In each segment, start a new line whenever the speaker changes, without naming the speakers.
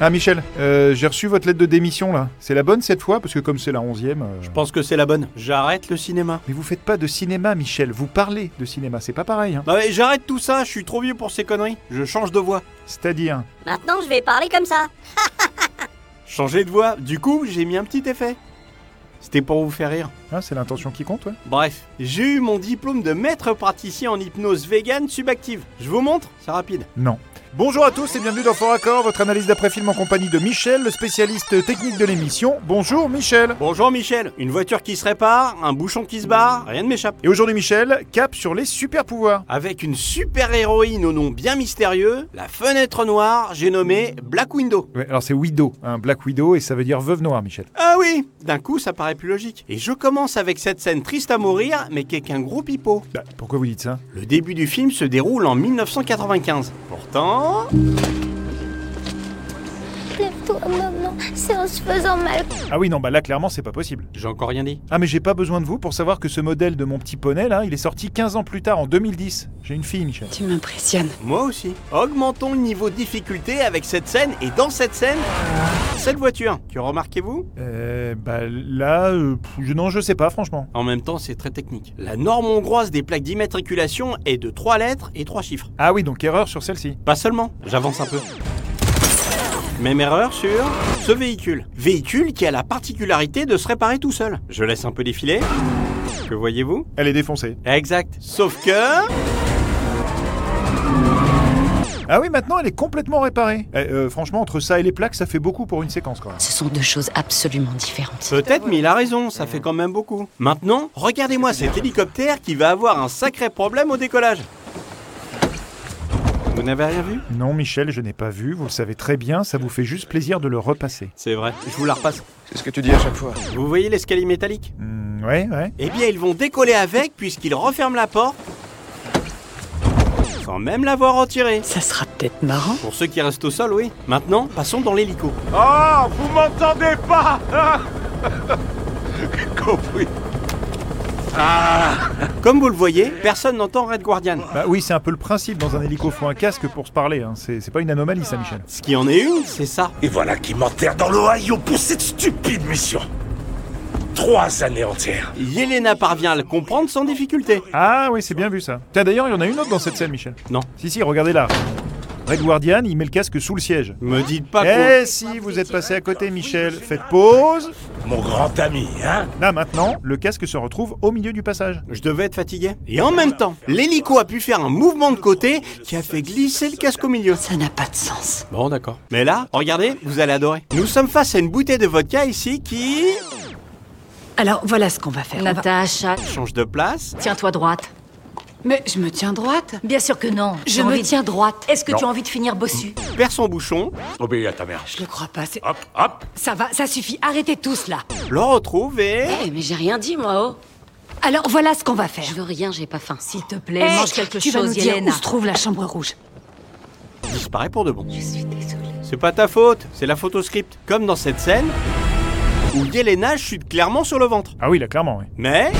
Ah Michel, euh, j'ai reçu votre lettre de démission là. C'est la bonne cette fois Parce que comme c'est la onzième... euh,
Je pense que c'est la bonne. J'arrête le cinéma.
Mais vous faites pas de cinéma Michel, vous parlez de cinéma, c'est pas pareil. Hein.
Non mais Bah j'arrête tout ça, je suis trop vieux pour ces conneries. Je change de voix.
C'est-à-dire...
Maintenant, je vais parler comme ça.
Changer de voix. Du coup, j'ai mis un petit effet. C'était pour vous faire rire.
hein, c'est l'intention qui compte, ouais.
Bref, j'ai eu mon diplôme de maître praticien en hypnose vegan subactive. Je vous montre, c'est rapide.
Non. Bonjour à tous et bienvenue dans Fort Accord, votre analyse d'après-film en compagnie de Michel, le spécialiste technique de l'émission. Bonjour Michel
Bonjour Michel, une voiture qui se répare, un bouchon qui se barre, rien ne m'échappe.
Et aujourd'hui Michel, cap sur les super pouvoirs.
Avec une super héroïne au nom bien mystérieux, la fenêtre noire, j'ai nommé Black Window.
Ouais, alors c'est Widow, hein, Black Widow, et ça veut dire veuve noire Michel.
Ah oui, d'un coup ça paraît plus logique. Et je commence avec cette scène triste à mourir, mais qui est qu'un gros pipeau.
Bah, pourquoi vous dites ça
Le début du film se déroule en 1995. Pourtant...
Lève-toi maman, c'est en se faisant mal.
Ah oui non, bah là clairement c'est pas possible.
J'ai encore rien dit.
Ah mais j'ai pas besoin de vous pour savoir que ce modèle de mon petit poney là, il est sorti 15 ans plus tard en 2010. J'ai une fille Michel.
Tu m'impressionnes.
Moi aussi. Augmentons le niveau de difficulté avec cette scène, et dans cette scène, cette voiture. Que remarquez-vous
Euh bah là euh, pff, je- non, je sais pas franchement.
En même temps, c'est très technique. La norme hongroise des plaques d'immatriculation est de 3 lettres et 3 chiffres.
Ah oui, donc erreur sur celle-ci.
Pas seulement, j'avance un peu. Même erreur sur ce véhicule. Véhicule qui a la particularité de se réparer tout seul. Je laisse un peu défiler. Que voyez-vous
Elle est défoncée.
Exact. Sauf que...
Ah oui, maintenant elle est complètement réparée. Eh, euh, franchement, entre ça et les plaques, ça fait beaucoup pour une séquence quand même.
Ce sont deux choses absolument différentes.
Peut-être, mais il a raison, ça fait quand même beaucoup. Maintenant, regardez-moi cet hélicoptère qui va avoir un sacré problème au décollage. Vous n'avez rien vu
Non, Michel, je n'ai pas vu, vous le savez très bien, ça vous fait juste plaisir de le repasser.
C'est vrai, je vous la repasse.
C'est ce que tu dis à chaque fois.
Vous voyez l'escalier métallique
Hmm, ouais, ouais.
Eh bien, ils vont décoller avec puisqu'ils referment la porte sans même l'avoir retirée.
Ça sera peut-être marrant.
Pour ceux qui restent au sol, oui. Maintenant, passons dans l'hélico.
Oh, vous m'entendez pas Compris. Ah.
Comme vous le voyez, personne n'entend Red Guardian.
Bah oui, c'est un peu le principe, dans un hélico, faut un casque pour se parler, hein. c'est c'est pas une anomalie ça, Michel.
Ce qui en est une, c'est ça.
Et voilà qui m'enterre dans l'Ohio pour cette stupide mission. Trois années entières.
Yelena parvient à le comprendre sans difficulté.
Ah oui, c'est bien vu ça. Tiens, d'ailleurs, il y en a une autre dans cette scène, Michel.
Non.
Si, si, regardez là. Red Guardian, il met le casque sous le siège.
Me dites pas que...
Eh si, vous êtes passé à côté, Michel. Faites pause.
Mon grand ami, hein
Là, maintenant, le casque se retrouve au milieu du passage.
Je devais être fatigué. Et en même temps, l'hélico a pu faire un mouvement de côté qui a fait glisser le casque au milieu.
Ça n'a pas de sens.
Bon, d'accord. Mais là, regardez, vous allez adorer. Nous sommes face à une bouteille de vodka ici qui
Alors voilà ce qu'on va faire. On va-
Natacha,
change de place.
tiens-toi droite.
Mais je me tiens droite.
Bien sûr que non.
Je
J'ai
me
envie de-
tiens droite.
Est-ce que tu as envie de finir bossu
perd son bouchon,
Obéis à ta mère.
Je le crois pas. c'est-
Hop, hop.
Ça va, ça suffit. Arrêtez tous là.
le retrouve et...
Eh, mais j'ai rien dit, moi, oh
Alors voilà ce qu'on va
Je
faire.
veux rien, j'ai pas faim.
S'il te plaît, mange
Eh,
quelque
tu vas nous
chose,
dire
Yelena.
où se trouve la chambre rouge.
disparaît pour de bon.
Je suis désolée.
C'est pas ta faute, c'est la photo script. Comme dans cette scène où Yelena chute clairement sur le ventre.
Ah oui, là, clairement, oui.
Mais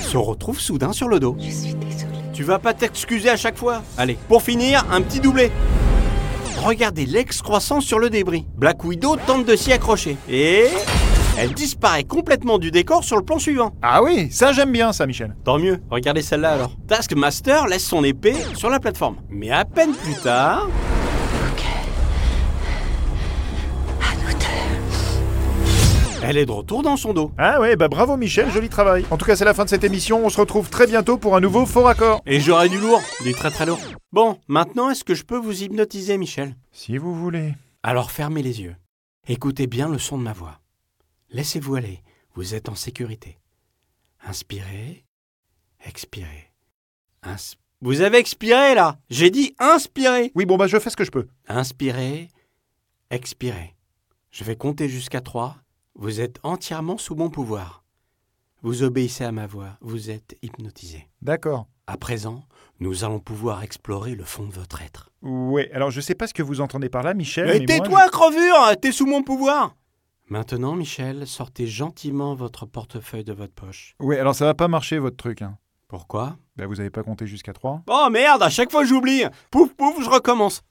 se retrouve soudain sur le dos.
Je suis désolée.
Tu vas pas t'excuser à chaque fois. Allez, pour finir, un petit doublé. Regardez l'excroissance sur le débris. Black Widow tente de s'y accrocher. Et... Elle disparaît complètement du décor sur le plan suivant.
Ah oui, ça j'aime bien ça, Michel.
Tant mieux, regardez celle-là alors. Taskmaster laisse son épée sur la plateforme. Mais à peine plus tard... Elle est de retour dans son dos.
Ah ouais, bah bravo Michel, joli travail. En tout cas, c'est la fin de cette émission, on se retrouve très bientôt pour un nouveau Fort Accord.
Et j'aurai du lourd, du très très lourd. Bon, maintenant, est-ce que je peux vous hypnotiser, Michel
Si vous voulez.
Alors fermez les yeux. Écoutez bien le son de ma voix. Laissez-vous aller. Vous êtes en sécurité. Inspirez. Expirez. Ins- Vous avez expiré là J'ai dit inspirez.
Oui, bon bah je fais ce que je peux.
Inspirez. Expirez. Je vais compter jusqu'à trois. Vous êtes entièrement sous mon pouvoir. Vous obéissez à ma voix. Vous êtes hypnotisé.
D'accord.
À présent, nous allons pouvoir explorer le fond de votre être.
Ouais, alors je sais pas ce que vous entendez par là, Michel.
Mais
Eh, moi,
tais-toi, crevure T'es sous mon pouvoir Maintenant, Michel, sortez gentiment votre portefeuille de votre poche.
je- Ouais, alors ça va pas marcher votre truc. Hein.
Pourquoi
Bah vous avez pas compté jusqu'à 3.
Oh merde, à chaque fois j'oublie Pouf pouf, je recommence